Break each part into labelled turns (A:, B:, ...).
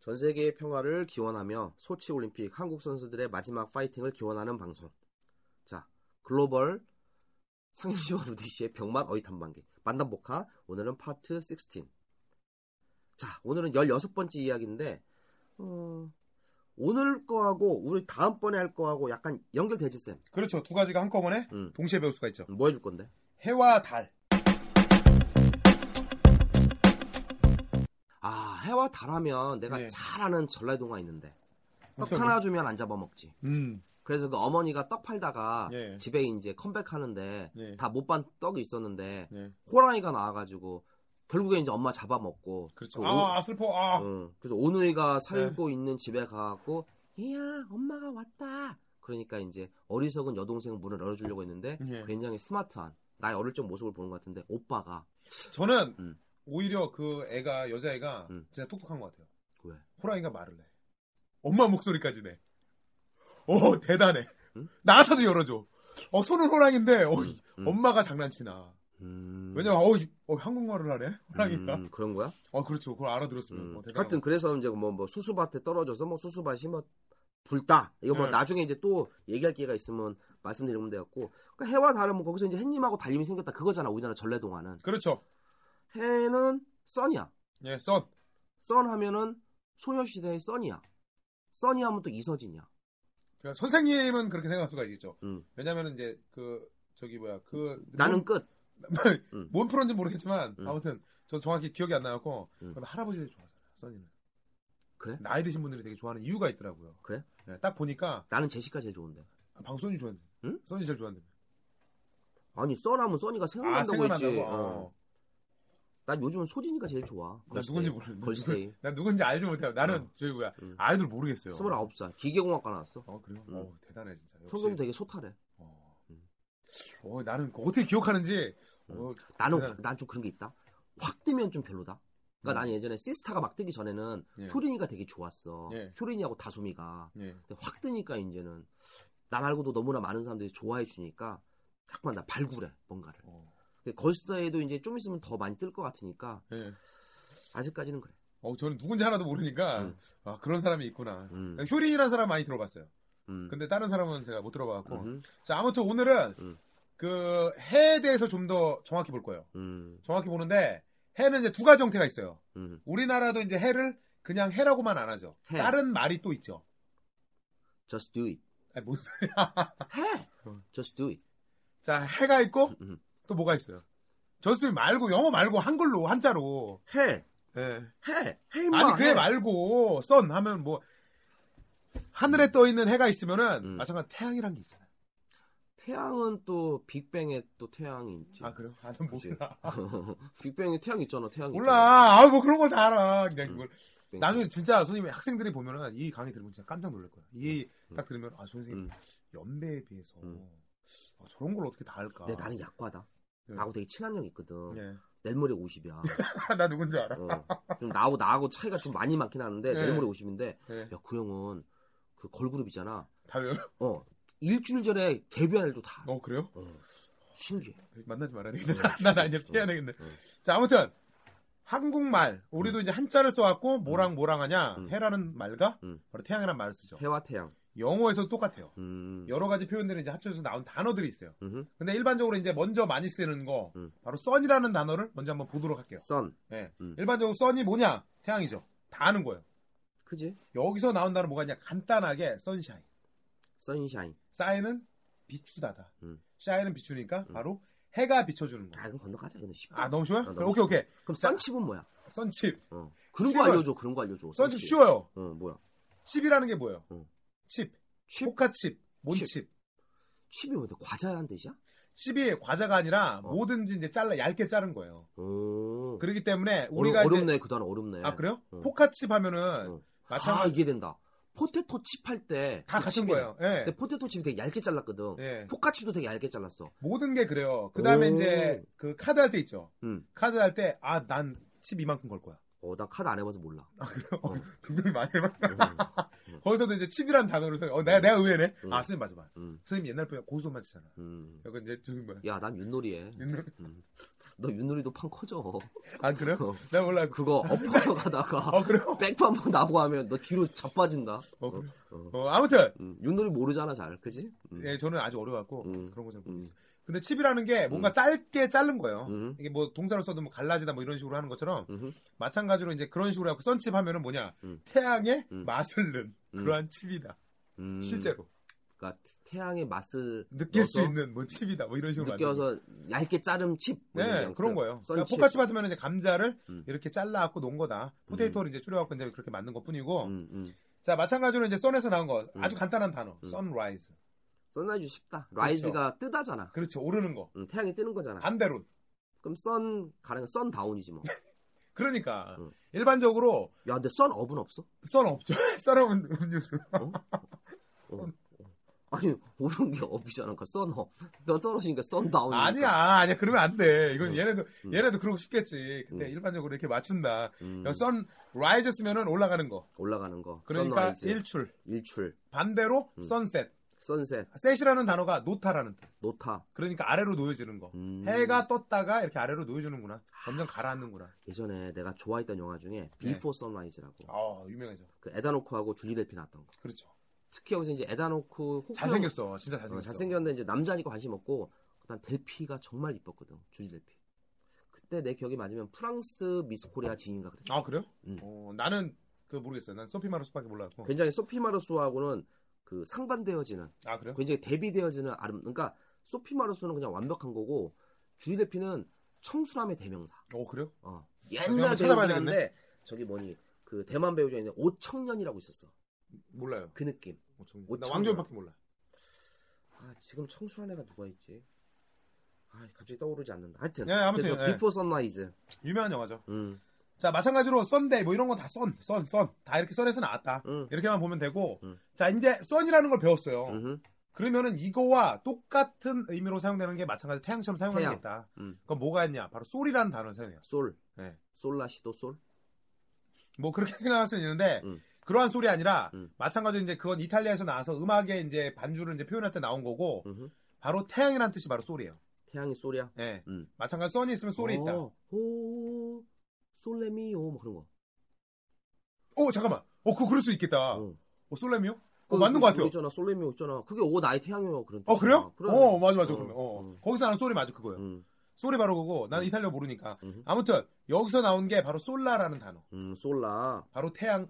A: 전 세계의 평화를 기원하며 소치 올림픽 한국 선수들의 마지막 파이팅을 기원하는 방송. 자, 글로벌 상윤시와 루디시의 병맛 어이탐방기 만담복화 오늘은 파트 16. 자, 오늘은 16번째 이야기인데 어, 오늘 거하고 우리 다음번에 할 거하고 약간 연결되지 쌤.
B: 그렇죠. 두 가지가 한꺼번에
A: 음.
B: 동시에 배울 수가 있죠.
A: 뭐 해줄 건데?
B: 해와 달.
A: 아, 해와 달하면 내가
B: 네.
A: 잘 아는 전라동화 있는데 떡
B: 어떤
A: 하나 주면 안 잡아먹지.
B: 음.
A: 그래서 그 어머니가 떡 팔다가
B: 예.
A: 집에 이제 컴백하는데
B: 네.
A: 다 못 반 떡이 있었는데
B: 네.
A: 호랑이가 나와가지고 결국에 이제 엄마 잡아먹고
B: 그렇죠.
A: 그
B: 아, 아, 슬퍼. 아. 네.
A: 오, 응. 그래서 오누이가 살고 있는 집에 가갖고 얘야 엄마가 왔다 그러니까 이제 어리석은 여동생 문을 열어주려고 했는데
B: 예.
A: 굉장히 스마트한 나의 어릴 적 모습을 보는 것 같은데 오빠가
B: 저는
A: 음.
B: 오히려 그 애가 여자애가
A: 음.
B: 진짜 똑똑한 것 같아요.
A: 왜?
B: 호랑이가 말을 해. 엄마 목소리까지 내. 오, 대단해.
A: 음?
B: 나한테도 열어줘. 어, 손은 호랑인데 어, 이-
A: 음.
B: 엄마가 장난치나.
A: 음,
B: 왜냐면 어, 이- 어, 한국말을 하네. 호랑이가.
A: 음, 그런 거야?
B: 어, 그렇죠. 그걸 알아들었으면
A: 음.
B: 어, 대단한
A: 하여튼 그래서 이제 뭐, 뭐 수수밭에 떨어져서 뭐 수수밭이 뭐 불다 이거 뭐
B: 네.
A: 나중에 이제 또 얘기할 기회가 있으면 말씀드리면 되겠고 그러니까 해와 달은 뭐 거기서 이제 햇님하고 달님이 생겼다 그거잖아 우리나라 전래동화는
B: 그렇죠.
A: 해는 써니야
B: 예, 썬.
A: 썬 하면은 소녀시대의 써니야 써니 하면 또 이서진이야
B: 그러니까 선생님은 그렇게 생각할 수가 있겠죠.
A: 음.
B: 왜냐면은 이제 그 저기 뭐야 그
A: 나는 끝 음.
B: 뭔 프로인지 모르겠지만
A: 음.
B: 아무튼 저 정확히 기억이 안 나갖고
A: 음.
B: 그건 할아버지들이 좋아하잖아요 써니는
A: 그래?
B: 나이 드신 분들이 되게 좋아하는 이유가 있더라고요
A: 그래?
B: 네, 딱 보니까
A: 나는 제시카 제일 좋은데
B: 방송이 좋아한대
A: 응?
B: 써니 제일 좋아한대
A: 아니 썬 하면 써니가
B: 아
A: 생각난다고 했지
B: 생각난다고
A: 어.
B: 어.
A: 난 요즘은 소진이가 제일 좋아
B: 난 누군지 모르겠는데
A: 걸스데이
B: 난 누군지 알지 못해요 나는
A: 어.
B: 저기 뭐야
A: 음.
B: 아이돌 모르겠어요
A: 29살 기계공학과 나왔어
B: 어 그래요?
A: 음.
B: 어 대단해 진짜 역시.
A: 성격이 되게 소탈해
B: 어.
A: 음.
B: 어, 나는 그거 어떻게 기억하는지 어,
A: 나는
B: 대단-
A: 난 좀 그런 게 있다. 확 뜨면 좀 별로다. 그러니까
B: 음.
A: 나는 예전에 시스타가 막 뜨기 전에는
B: 예.
A: 효린이가 되게 좋았어.
B: 예.
A: 효린이하고 다솜이가.
B: 예.
A: 근데 확 뜨니까 이제는 나 말고도 너무나 많은 사람들이 좋아해 주니까 자꾸만 나 발굴해 뭔가를.
B: 어.
A: 근데 걸스타에도 이제 좀 있으면 더 많이 뜰 것 같으니까
B: 예.
A: 아직까지는 그래.
B: 어, 저는 누군지 하나도 모르니까
A: 음.
B: 아 그런 사람이 있구나
A: 음.
B: 효린이라는 사람 많이 들어봤어요
A: 음.
B: 근데 뭐. 다른 사람은 제가 못 들어봐갖고
A: 음.
B: 자, 아무튼 오늘은
A: 음.
B: 그 해에 대해서 좀 더 정확히 볼 거예요.
A: 음.
B: 정확히 보는데 해는 이제 두 가지 형태가 있어요.
A: 음.
B: 우리나라도 이제 해를 그냥 해라고만 안 하죠.
A: 해.
B: 다른 말이 또 있죠.
A: Just do it.
B: 아니, 어. 뭔 소리야.
A: 해. Just do it.
B: 자, 해가 있고
A: 음.
B: 또 뭐가 있어요? 저스틴 말고 영어 말고 한글로 한자로.
A: 해.
B: 예.
A: 해. 해 임마.
B: 아니 그해
A: 해.
B: 말고 썬 하면 뭐 하늘에 떠 있는 해가 있으면은
A: 음.
B: 마찬가지 태양이란 게 있잖아요.
A: 태양은 또 빅뱅에 또 태양이 있지.
B: 아 그래요? 나는
A: 그치.
B: 몰라.
A: 빅뱅에 태양 있잖아. 태양
B: 몰라. 아뭐 그런 걸 다 알아. 그냥
A: 음.
B: 그걸
A: 빅뱅.
B: 나중에 진짜 선생님 학생들이 보면은 이 강의 들으면 진짜 깜짝 놀랄 거야. 이
A: 음.
B: 딱 들으면 아 선생님
A: 음.
B: 연배에 비해서
A: 음.
B: 아, 저런 걸 어떻게 다 할까?
A: 근데 나는 약과다.
B: 네.
A: 나하고 되게 친한 형 있거든.
B: 네.
A: 내 내모레 50이야. 어.
B: 나 누군지 알아.
A: 좀 나하고 나하고 차이가 좀 많이 많긴 하는데
B: 네.
A: 내 내모레 50인데
B: 네.
A: 야 그 형은 그 걸그룹이잖아.
B: 다 외워.
A: 어 일주일 전에 데뷔한 애도 다. 알아.
B: 어 그래요?
A: 어. 신기해.
B: 만나지 말아야
A: 네. 음,
B: 되겠네. 나, 나 이제 피해야 되겠네. 자 아무튼 한국말 우리도 이제 한자를 써갖고 뭐랑 뭐랑 하냐
A: 음.
B: 해라는 말과
A: 음.
B: 바로 태양이라는 말을 쓰죠.
A: 해와 태양.
B: 영어에서도 똑같아요.
A: 음.
B: 여러 가지 표현들이 이제 합쳐져서 나온 단어들이 있어요.
A: 음흠.
B: 근데 일반적으로 이제 먼저 많이 쓰는 거
A: 음.
B: 바로 sun이라는 단어를 먼저 한번 보도록 할게요.
A: 선.
B: 예.
A: 음.
B: 일반적으로 선이 뭐냐? 태양이죠. 다 아는 거예요.
A: 그지?
B: 여기서 나온다는 뭐가 있냐? 간단하게 선샤인.
A: 선샤인.
B: 싸이는 비추다다.
A: 음.
B: 샤이는 비추니까
A: 음.
B: 바로 해가 비춰주는 거.
A: 아, 이건 건너가자. 이건 쉽다.
B: 아 너무 쉬워요?
A: 아, 너무
B: 그럼 오케이 오케이.
A: 그럼 썬칩은 뭐야?
B: 선칩.
A: 어. 그런 거
B: 쉬워요.
A: 알려줘. 그런 거 알려줘.
B: 선칩 쉬워요.
A: 어, 뭐야?
B: 칩이라는 게 뭐예요?
A: 음.
B: 칩. 어?
A: 칩?
B: 포카칩. 몬칩.
A: 칩. 칩이 뭐야? 과자란 뜻이야?
B: 칩이 과자가 아니라
A: 어.
B: 뭐든지 이제 잘라 얇게 자른 거예요.
A: 오.
B: 그렇기 때문에
A: 우리가
B: 우리가
A: 어. 어렵,
B: 이제
A: 네 그다음 어렵네.
B: 아 그래요?
A: 어.
B: 포카칩 하면은
A: 어. 아,
B: 마찬가지
A: 이해된다. 포테토 칩 할 때
B: 다 같은 거예요. 예.
A: 근데 포테토 칩이 되게 얇게 잘랐거든.
B: 예.
A: 포카칩도 되게 얇게 잘랐어.
B: 모든 게 그래요. 그 다음에
A: 오.
B: 이제 그 카드 할 때 있죠.
A: 음.
B: 카드 할 때 아 난 칩 이만큼 걸 거야.
A: 어, 나 카드 안 해봐서 몰라. 어.
B: 굉장히 많이 해봤.
A: 어.
B: 거기서도 이제 칩이란 단어를 써. 어 내가 내가 의외네.
A: 음.
B: 아 선생님 맞아 맞아.
A: 음.
B: 선생님 옛날 보면 고소 맞잖아.
A: 음.
B: 약간 이제 저기 뭐야.
A: 야, 난 윷놀이해.
B: 옛날-
A: 음. 너 윷놀이도 판 커져.
B: 아 그래요?
A: 어.
B: 나 몰라. 그...
A: 그거 엎어서 가다가
B: 어 그래요?
A: 백도 한번 나고 하면 너 뒤로 자빠진다.
B: 어, 그래요?
A: 어.
B: 어 아무튼
A: 음, 윷놀이 모르잖아 잘, 그지? 음.
B: 예 저는 아주 어려갖고
A: 음.
B: 그런
A: 음.
B: 거잘 모르겠어요. 근데 칩이라는 게 뭔가 짧게 자른 거예요.
A: 음.
B: 이게 뭐 동사로 써도 뭐 갈라지다 뭐 이런 식으로 하는 것처럼
A: 음흠.
B: 마찬가지로 이제 그런 식으로 해갖고 선칩 하면은 뭐냐
A: 음.
B: 태양의
A: 음.
B: 맛을 는
A: 음.
B: 그러한 칩이다
A: 음.
B: 실제로
A: 그러니까 태양의 맛을
B: 느낄 수
A: 넣어서
B: 있는 뭐 칩이다 뭐 이런 식으로 만든
A: 느껴서 얇게 자름 칩. 뭐 이런
B: 네
A: 뉘앙스.
B: 그런 거예요. 그러니까
A: 썬칩.
B: 포카칩 하면 이제 감자를
A: 음.
B: 이렇게 잘라갖고 놓은 거다 포테이토를 이제 줄여갖고 이제 그렇게 만든 것뿐이고
A: 음, 음.
B: 자 마찬가지로 이제 선에서 나온 거
A: 음.
B: 아주 간단한 단어
A: 음.
B: 선라이즈
A: 선라이즈 쉽다. 라이즈가 뜨다잖아.
B: 그렇죠 오르는 거
A: 음, 태양이 뜨는 거잖아.
B: 반대로
A: 그럼 선 가령 선 다운이지 뭐.
B: 그러니까
A: 음.
B: 일반적으로
A: 야, 근데 선 업은 없어?
B: 선 없죠 썰어온 음료수
A: 어. 아니 오른 게 업이잖아. 그러니까 선 업. 너 떨어지니까 선 다운.
B: 아니야 아니야 그러면 안돼 이건
A: 음.
B: 얘네도
A: 음.
B: 얘네도 그러고 싶겠지 근데
A: 음.
B: 일반적으로 이렇게 맞춘다
A: 음,
B: 선라이즈 쓰면은 올라가는 거.
A: 올라가는 거.
B: 그러니까
A: 선라이즈,
B: 일출.
A: 일출,
B: 반대로
A: 음.
B: 선셋.
A: 선셋,
B: 셋이라는 단어가 노타라는 뜻.
A: 노타.
B: 그러니까 아래로 놓여지는 거.
A: 음.
B: 해가 떴다가 이렇게 아래로 놓여주는구나. 점점 가라앉는구나.
A: 예전에 내가 좋아했던 영화
B: 네.
A: 중에 비포 선라이즈라고.
B: 아 유명해져.
A: 그 에다노크하고 줄리 델피 나왔던 거.
B: 그렇죠.
A: 특히 여기서 이제 에다노크 호구
B: 잘생겼어. 진짜 잘생겼어.
A: 잘생겼는데 이제 남자니까 관심 없고 그다음 델피가 정말 이뻤거든 주지 델피 그때 내 기억이 맞으면 프랑스 미스 코리아 진인가 그랬어
B: 아 그래요?
A: 음.
B: 어, 나는 그 모르겠어요. 난 소피 마르스밖에 몰라서.
A: 굉장히 소피 마르소하고는 그 상반되어지는
B: 아 그래요?
A: 굉장히 대비되어지는 아름 그러니까 소피 마르소는 그냥 완벽한 거고 주지 델피는 청순함의 대명사
B: 어 그래요?
A: 어.
B: 이거
A: 옛날
B: 한번 찾아봐야
A: 배우긴 한데 저기 뭐니 그 대만 배우 중에 있는 오청년이라고 있었어
B: 몰라요.
A: 그 느낌
B: 오천.
A: 오천
B: 나 왕조밖에 몰라.
A: 아 지금 청순한 애가 누가 있지 아 갑자기 떠오르지 않는다 하여튼
B: 예, 아무튼,
A: 그래서
B: 예.
A: 비포 선라이즈
B: 유명한 영화죠.
A: 음.
B: 자 마찬가지로 썬데이 뭐 이런 건 다 썬, 썬, 썬. 다 이렇게 썬에서 나왔다.
A: 음.
B: 이렇게만 보면 되고.
A: 음.
B: 자 이제 썬이라는 걸 배웠어요.
A: 음흠.
B: 그러면은 이거와 똑같은 의미로 사용되는 게 마찬가지로 태양처럼 사용하는
A: 태양.
B: 게 있다.
A: 음.
B: 그건 뭐가 있냐? 바로 솔이라는 단어를 사용해요.
A: 솔.
B: 네.
A: 솔라시도 솔.
B: 뭐 그렇게 생각할 수는 있는데
A: 음.
B: 그러한 솔이 아니라
A: 음.
B: 마찬가지로 이제 그건 이탈리아에서 나와서 음악에 이제 반주를 이제 표현할 때 나온 거고
A: 음흠.
B: 바로 태양이라는 뜻이 바로 솔이에요.
A: 태양이 솔이야.
B: 예.
A: 음.
B: 마찬가지로 선이 있으면 솔이 있다.
A: 어, 호 솔레미오 뭐 그런 거.
B: 어 잠깐만. 어 그거 그럴 수 있겠다. 어,
A: 어.
B: 솔레미오? 어,
A: 그,
B: 맞는 것
A: 그거
B: 같아요.
A: 있잖아. 솔레미오 있잖아. 그게 오 나의 태양이요 그런.
B: 어 그래요?
A: 뜻이야. 그래.
B: 어 맞아 맞아
A: 어,
B: 그러면 어.
A: 음.
B: 거기서 나는 솔이 맞아 그거예요.
A: 음.
B: 솔이 바로 그거고 나는
A: 음.
B: 이탈리아 모르니까
A: 음.
B: 아무튼 여기서 나온 게 바로 솔라라는 단어.
A: 음, 솔라.
B: 바로 태양의.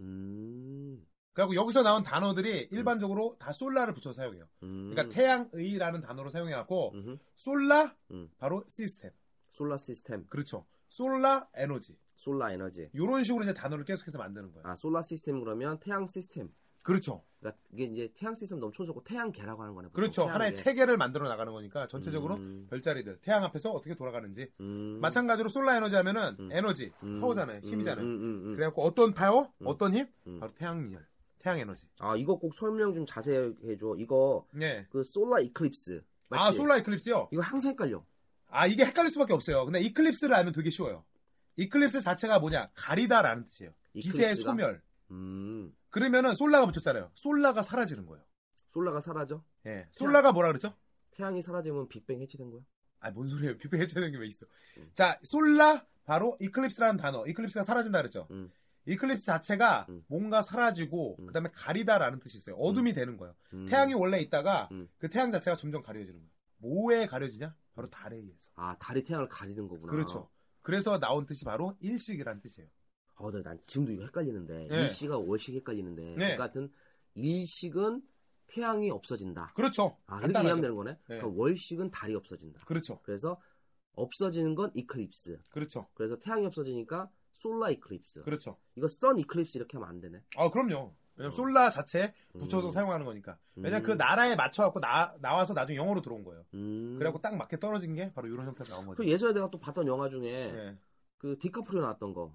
A: 음.
B: 그리고 여기서 나온 단어들이 일반적으로 다 솔라를 붙여 서 사용해요.
A: 음.
B: 그러니까 태양의라는 단어로 사용해갖고
A: 음흠.
B: 솔라
A: 음.
B: 바로 시스템.
A: 솔라 시스템,
B: 그렇죠. 솔라 에너지.
A: 솔라 에너지.
B: 이런 식으로 이제 단어를 계속해서 만드는 거예요.
A: 아, 솔라 시스템 그러면 태양 시스템.
B: 그렇죠.
A: 그러니까 이게 이제 태양 시스템 너무 초조고 태양계라고 하는 거네. 보통.
B: 그렇죠. 하나의
A: 태양계.
B: 체계를 만들어 나가는 거니까 전체적으로
A: 음.
B: 별자리들 태양 앞에서 어떻게 돌아가는지
A: 음.
B: 마찬가지로 솔라 에너지 하면은
A: 음.
B: 에너지
A: 음.
B: 파워잖아요.
A: 음,
B: 힘이잖아요.
A: 음, 음, 음.
B: 그래갖고 어떤 파워,
A: 음.
B: 어떤 힘,
A: 음.
B: 바로 태양열, 태양 에너지.
A: 아, 이거 꼭 설명 좀 자세히 해줘. 이거
B: 예.
A: 그 솔라 이클립스. 맞지?
B: 아 솔라 이클립스요.
A: 이거 항상 헷갈려.
B: 아 이게 헷갈릴 수밖에 없어요. 근데 이클립스를 알면 되게 쉬워요. 이클립스 자체가 뭐냐 가리다라는 뜻이에요. 기세의
A: 이클립스가?
B: 소멸.
A: 음.
B: 그러면은 솔라가 붙였잖아요. 솔라가 사라지는 거예요.
A: 솔라가 사라져.
B: 예. 솔라가 뭐라 그랬죠?
A: 태양이 사라지면 빅뱅 해체된 거야.
B: 아 뭔 소리예요? 빅뱅 해체되는 게 왜 있어?
A: 음.
B: 자 솔라 바로 이클립스라는 단어. 이클립스가 사라진다 그랬죠.
A: 음.
B: 이클립스 자체가
A: 음.
B: 뭔가 사라지고
A: 음.
B: 그다음에 가리다라는 뜻이 있어요. 어둠이 되는 거예요.
A: 음.
B: 태양이 원래 있다가
A: 음.
B: 그 태양 자체가 점점 가려지는 거예요. 뭐에 가려지냐? 바로 달에 의해서.
A: 아, 달이 태양을 가리는 거구나.
B: 그렇죠. 그래서 나온 뜻이 바로 일식이라는 뜻이에요.
A: 어, 네, 난 지금도 이거 헷갈리는데
B: 네.
A: 일식과 월식 헷갈리는데
B: 네.
A: 그 같은 일식은 태양이 없어진다.
B: 그렇죠.
A: 아, 이렇게
B: 간단하죠.
A: 이해하면 되는 거네.
B: 네.
A: 그럼 월식은 달이 없어진다.
B: 그렇죠.
A: 그래서 없어지는 건 이클립스.
B: 그렇죠.
A: 그래서 태양이 없어지니까 솔라 이클립스.
B: 그렇죠.
A: 이거 선 이클립스 이렇게 하면 안 되네.
B: 아, 그럼요. 왜냐면
A: 어.
B: 솔라 자체에 붙여서
A: 음.
B: 사용하는 거니까. 왜냐면
A: 음.
B: 그 나라에 맞춰갖고 나, 나와서 나중에 영어로 들어온 거예요.
A: 음.
B: 그래갖고 딱 맞게 떨어진 게 바로 이런 형태로 나온 거죠.
A: 그 예전에 내가 또 봤던 영화 중에
B: 예.
A: 그 디카프리오 나왔던 거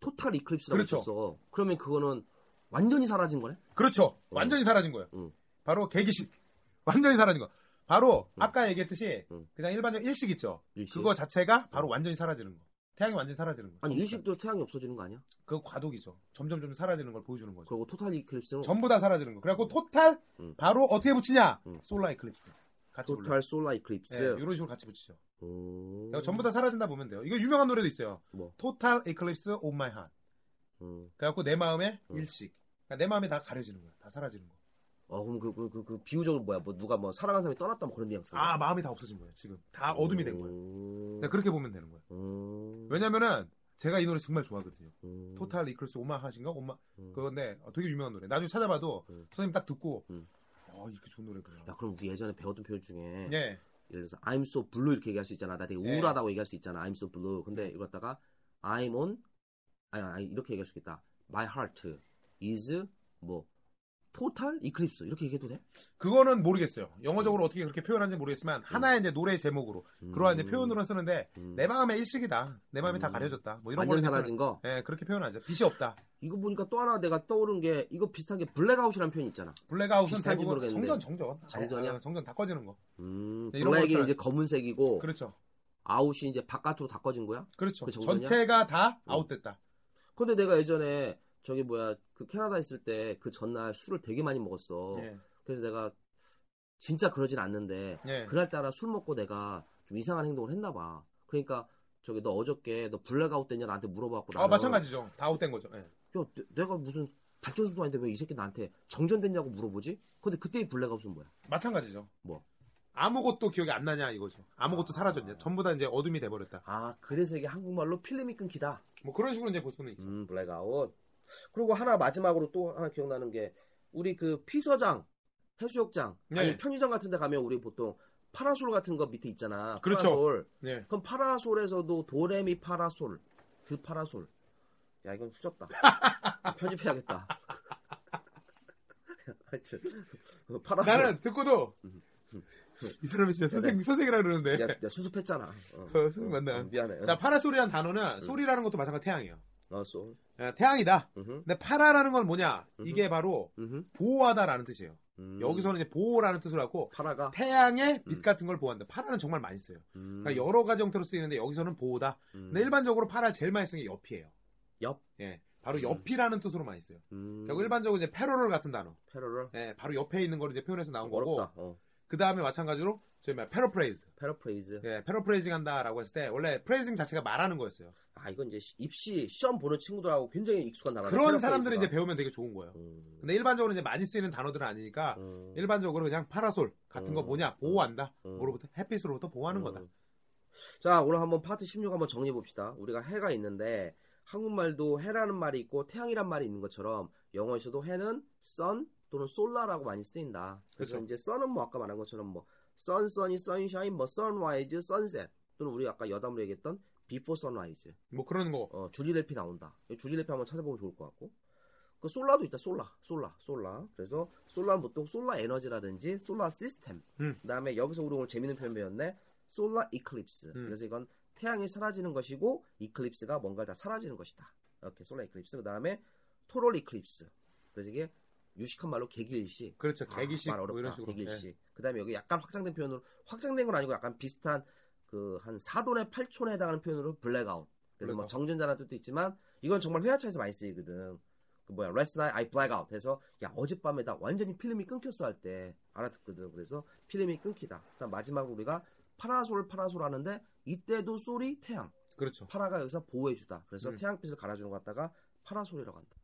A: 토탈 이클립스라고
B: 그렇죠.
A: 있었어. 그러면 그거는 완전히 사라진 거네.
B: 그렇죠. 완전히 사라진 거예요.
A: 음.
B: 바로 개기식. 완전히 사라진 거. 바로
A: 음.
B: 아까 얘기했듯이
A: 음.
B: 그냥 일반적 일식 있죠.
A: 일식.
B: 그거 자체가 바로 완전히 사라지는 거. 태양이 완전히 사라지는 거.
A: 아니 일식도 태양이 없어지는 거 아니야?
B: 그 과도기죠. 점점 점 사라지는 걸 보여주는 거죠.
A: 그리고 토탈 이클립스는
B: 전부 다 사라지는 거. 그래갖고 토탈
A: 음.
B: 바로 어떻게 붙이냐?
A: 음.
B: 솔라 이클립스. 같이 불러.
A: 토탈 솔라 이클립스. 음.
B: 이런 식으로 같이 붙이죠.
A: 오.
B: 그러니까 전부 다 사라진다 보면 돼요. 이거 유명한 노래도 있어요.
A: 뭐.
B: 토탈 이클립스 오브 마이 핫.
A: 음.
B: 그래갖고 내 마음에
A: 음.
B: 일식. 그러니까 내 마음에 다 가려지는 거야. 다 사라지는 거.
A: 어 그럼 그 그 그 비유적으로 뭐야? 뭐 누가 뭐 사랑하는 사람이 떠났다 뭐 그런 뉘앙스.
B: 아 마음이 다 없어진 거예요. 지금 다 어둠이 된 거예요. 네, 그냥 그렇게 보면 되는 거예요.
A: 음.
B: 왜냐면은 제가 이 노래 정말 좋아하거든요.
A: 음.
B: 토탈 이클스 오마하신가 오마
A: 음.
B: 그건데 어, 되게 유명한 노래. 나중에 찾아봐도
A: 음.
B: 선생님 딱 듣고
A: 음.
B: 어 이렇게 좋은 노래구나.
A: 야그 그럼 우리 예전에 배웠던 표현 중에
B: 예.
A: 예를 들어서 I'm so blue 이렇게 얘기할 수 있잖아. 나 되게
B: 네.
A: 우울하다고 얘기할 수 있잖아. I'm so blue. 근데 이걸 갖다가 I'm on 아니, 아니 이렇게 얘기할 수 있다. My heart is 뭐 total eclipse 이렇게 얘기해도 돼?
B: 그거는 모르겠어요. 영어적으로 어떻게 그렇게 표현하는지 모르겠지만 하나의 이제 노래 제목으로 그러한 이제 표현으로 쓰는데
A: 음.
B: 내 마음의 일식이다. 내 마음이 다
A: 음.
B: 가려졌다. 뭐 이런
A: 완전
B: 걸로
A: 사라진 거.
B: 표현- 예, 그렇게 표현하죠. 빛이 없다.
A: 이거 보니까 또 하나 내가 떠오른 게 이거 비슷한 게 블랙아웃이라는 표현 있잖아.
B: 블랙아웃은
A: 비슷한지
B: 대부분
A: 모르겠는데.
B: 정전 정전.
A: 정전이야?
B: 어, 정전 다 꺼지는 거.
A: 음,
B: 네, 이런 거
A: 블랙이
B: 써요.
A: 이제 검은색이고
B: 그렇죠.
A: 아웃이 이제 바깥으로 다 꺼진 거야.
B: 그렇죠.
A: 어. 그 정전이야?
B: 전체가 다
A: 음.
B: 아웃됐다.
A: 근데 내가 예전에 저기 뭐야 그 캐나다 있을 때 그 전날 술을 되게 많이 먹었어.
B: 예.
A: 그래서 내가 진짜 그러진 않는데
B: 예.
A: 그날따라 술 먹고 내가 좀 이상한 행동을 했나 봐. 그러니까 저기 너 어저께 너 블랙아웃 됐냐 나한테 물어봤고
B: 아 마찬가지죠. 다 아웃된 거죠. 예.
A: 야, 내- 내가 무슨 발전소도 아닌데 왜 이 새끼 나한테 정전됐냐고 물어보지? 근데 그때의 블랙아웃은 뭐야?
B: 마찬가지죠.
A: 뭐?
B: 아무것도 기억이 안 나냐 이거죠. 아무것도
A: 아.
B: 사라졌냐. 전부 다 이제 어둠이 돼버렸다.
A: 아 그래서 이게 한국말로 필름이 끊기다.
B: 뭐 그런 식으로 이제 볼 수는 있죠.
A: 음 블랙아웃. 그리고 하나 마지막으로 또 하나 기억나는 게 우리 그 피서장, 해수욕장
B: 네.
A: 아니 편의점 같은데 가면 우리 보통 파라솔 같은 거 밑에 있잖아.
B: 그렇죠.
A: 파라솔.
B: 예.
A: 그럼 파라솔에서도 도레미 파라솔 그 파라솔 야 이건 후졌다 편집해야겠다 하여튼 어, 파라솔
B: 나는 듣고도
A: 음.
B: 이 사람이 진짜 선생
A: 네.
B: 선생이라 그러는데.
A: 야, 야, 수습했잖아 어,
B: 선생님 그 맞나?
A: 미안해 어,
B: 자 파라솔이라는
A: 음.
B: 단어는 소리라는 것도 마찬가지 태양이에요.
A: 파라솔
B: 예, 태양이다.
A: 음흠,
B: 근데 파라라는 건 뭐냐?
A: 음흠.
B: 이게 바로
A: 음흠.
B: 보호하다라는 뜻이에요.
A: 음.
B: 여기서는 이제 보호라는 뜻을 갖고
A: 파라가
B: 태양의 빛
A: 음.
B: 같은 걸 보호한다. 파라는 정말 많이 써요.
A: 음.
B: 그러니까 여러 가지 형태로 쓰이는데 여기서는 보호다.
A: 음.
B: 근데 일반적으로 파라 제일 많이 쓰는 게 옆이에요.
A: 옆?
B: 예. 바로
A: 음.
B: 옆이라는 뜻으로 많이 써요.
A: 음.
B: 결국 일반적으로 이제 패러럴 같은 단어.
A: 패러럴
B: 예, 바로 옆에 있는 걸 이제 표현해서 나온 거고.
A: 어렵다 어.
B: 그 다음에 마찬가지로 저희 말 패러프레이즈.
A: 패러프레이즈
B: 예, 패러프레이징 한다라고 했을 때 원래 프레이징 자체가 말하는 거였어요.
A: 아 이건 이제 시- 입시 시험 보는 친구들하고 굉장히 익숙한 단어
B: 그런 사람들이
A: 아.
B: 이제 배우면 되게 좋은 거예요.
A: 음.
B: 근데 일반적으로 이제 많이 쓰이는 단어들은 아니니까
A: 음.
B: 일반적으로 그냥 파라솔 같은 거
A: 음.
B: 뭐냐 보호한다.
A: 음.
B: 뭐로부터 햇빛으로부터 보호하는
A: 음.
B: 거다.
A: 자, 오늘 한번 파트 16 한번 정리해 봅시다. 우리가 해가 있는데 한국말도 해라는 말이 있고 태양이란 말이 있는 것처럼 영어에서도 해는 sun 또는 solar라고 많이 쓰인다. 그래서
B: 그렇죠.
A: 이제 sun은 뭐 아까 말한 것처럼 뭐 sun, sunny, sunshine, 뭐 sunrise, sunset 또는 우리 아까 여담으로 얘기했던 before sunrise
B: 뭐 그런 거.
A: 어, 줄리델피 나온다. 이 줄리델피 한번 찾아보면 좋을 것 같고. 그 솔라도 있다. 솔라, 솔라, 솔라. 그래서 솔라는 보통 솔라 에너지라든지 솔라 시스템.
B: 음.
A: 그다음에 여기서 우리 오늘 재밌는 표현 배웠네. 솔라 이클립스.
B: 음.
A: 그래서 이건 태양이 사라지는 것이고 이클립스가 뭔가를 다 사라지는 것이다. 이렇게 솔라 이클립스. 그다음에 토럴 이클립스. 그래서 이게 유식한 말로 개기일식.
B: 그렇죠.
A: 아,
B: 개기식
A: 말
B: 뭐
A: 어렵다.
B: 이런 식으로.
A: 개기일식. 예. 그다음에 여기 약간 확장된 표현으로 확장된 건 아니고 약간 비슷한 그 한 4돈에 8촌에 해당하는 표현으로 블랙아웃. 그래서 뭐
B: 블랙아웃.
A: 정전자라는 뜻도 있지만 이건 정말 회화차에서 많이 쓰이거든. 그 뭐야 last night I blackout 해서 야 어젯밤에 나 완전히 필름이 끊겼어 할 때 알아듣거든. 그래서 필름이 끊기다. 일단 마지막으로 우리가 파라솔 파라솔 하는데 이때도 소리 태양
B: 예. 그렇죠.
A: 파라가 여기서 보호해주다. 그래서
B: 음.
A: 태양빛을 갈아주는 거 갖다가 파라솔이라고 한다.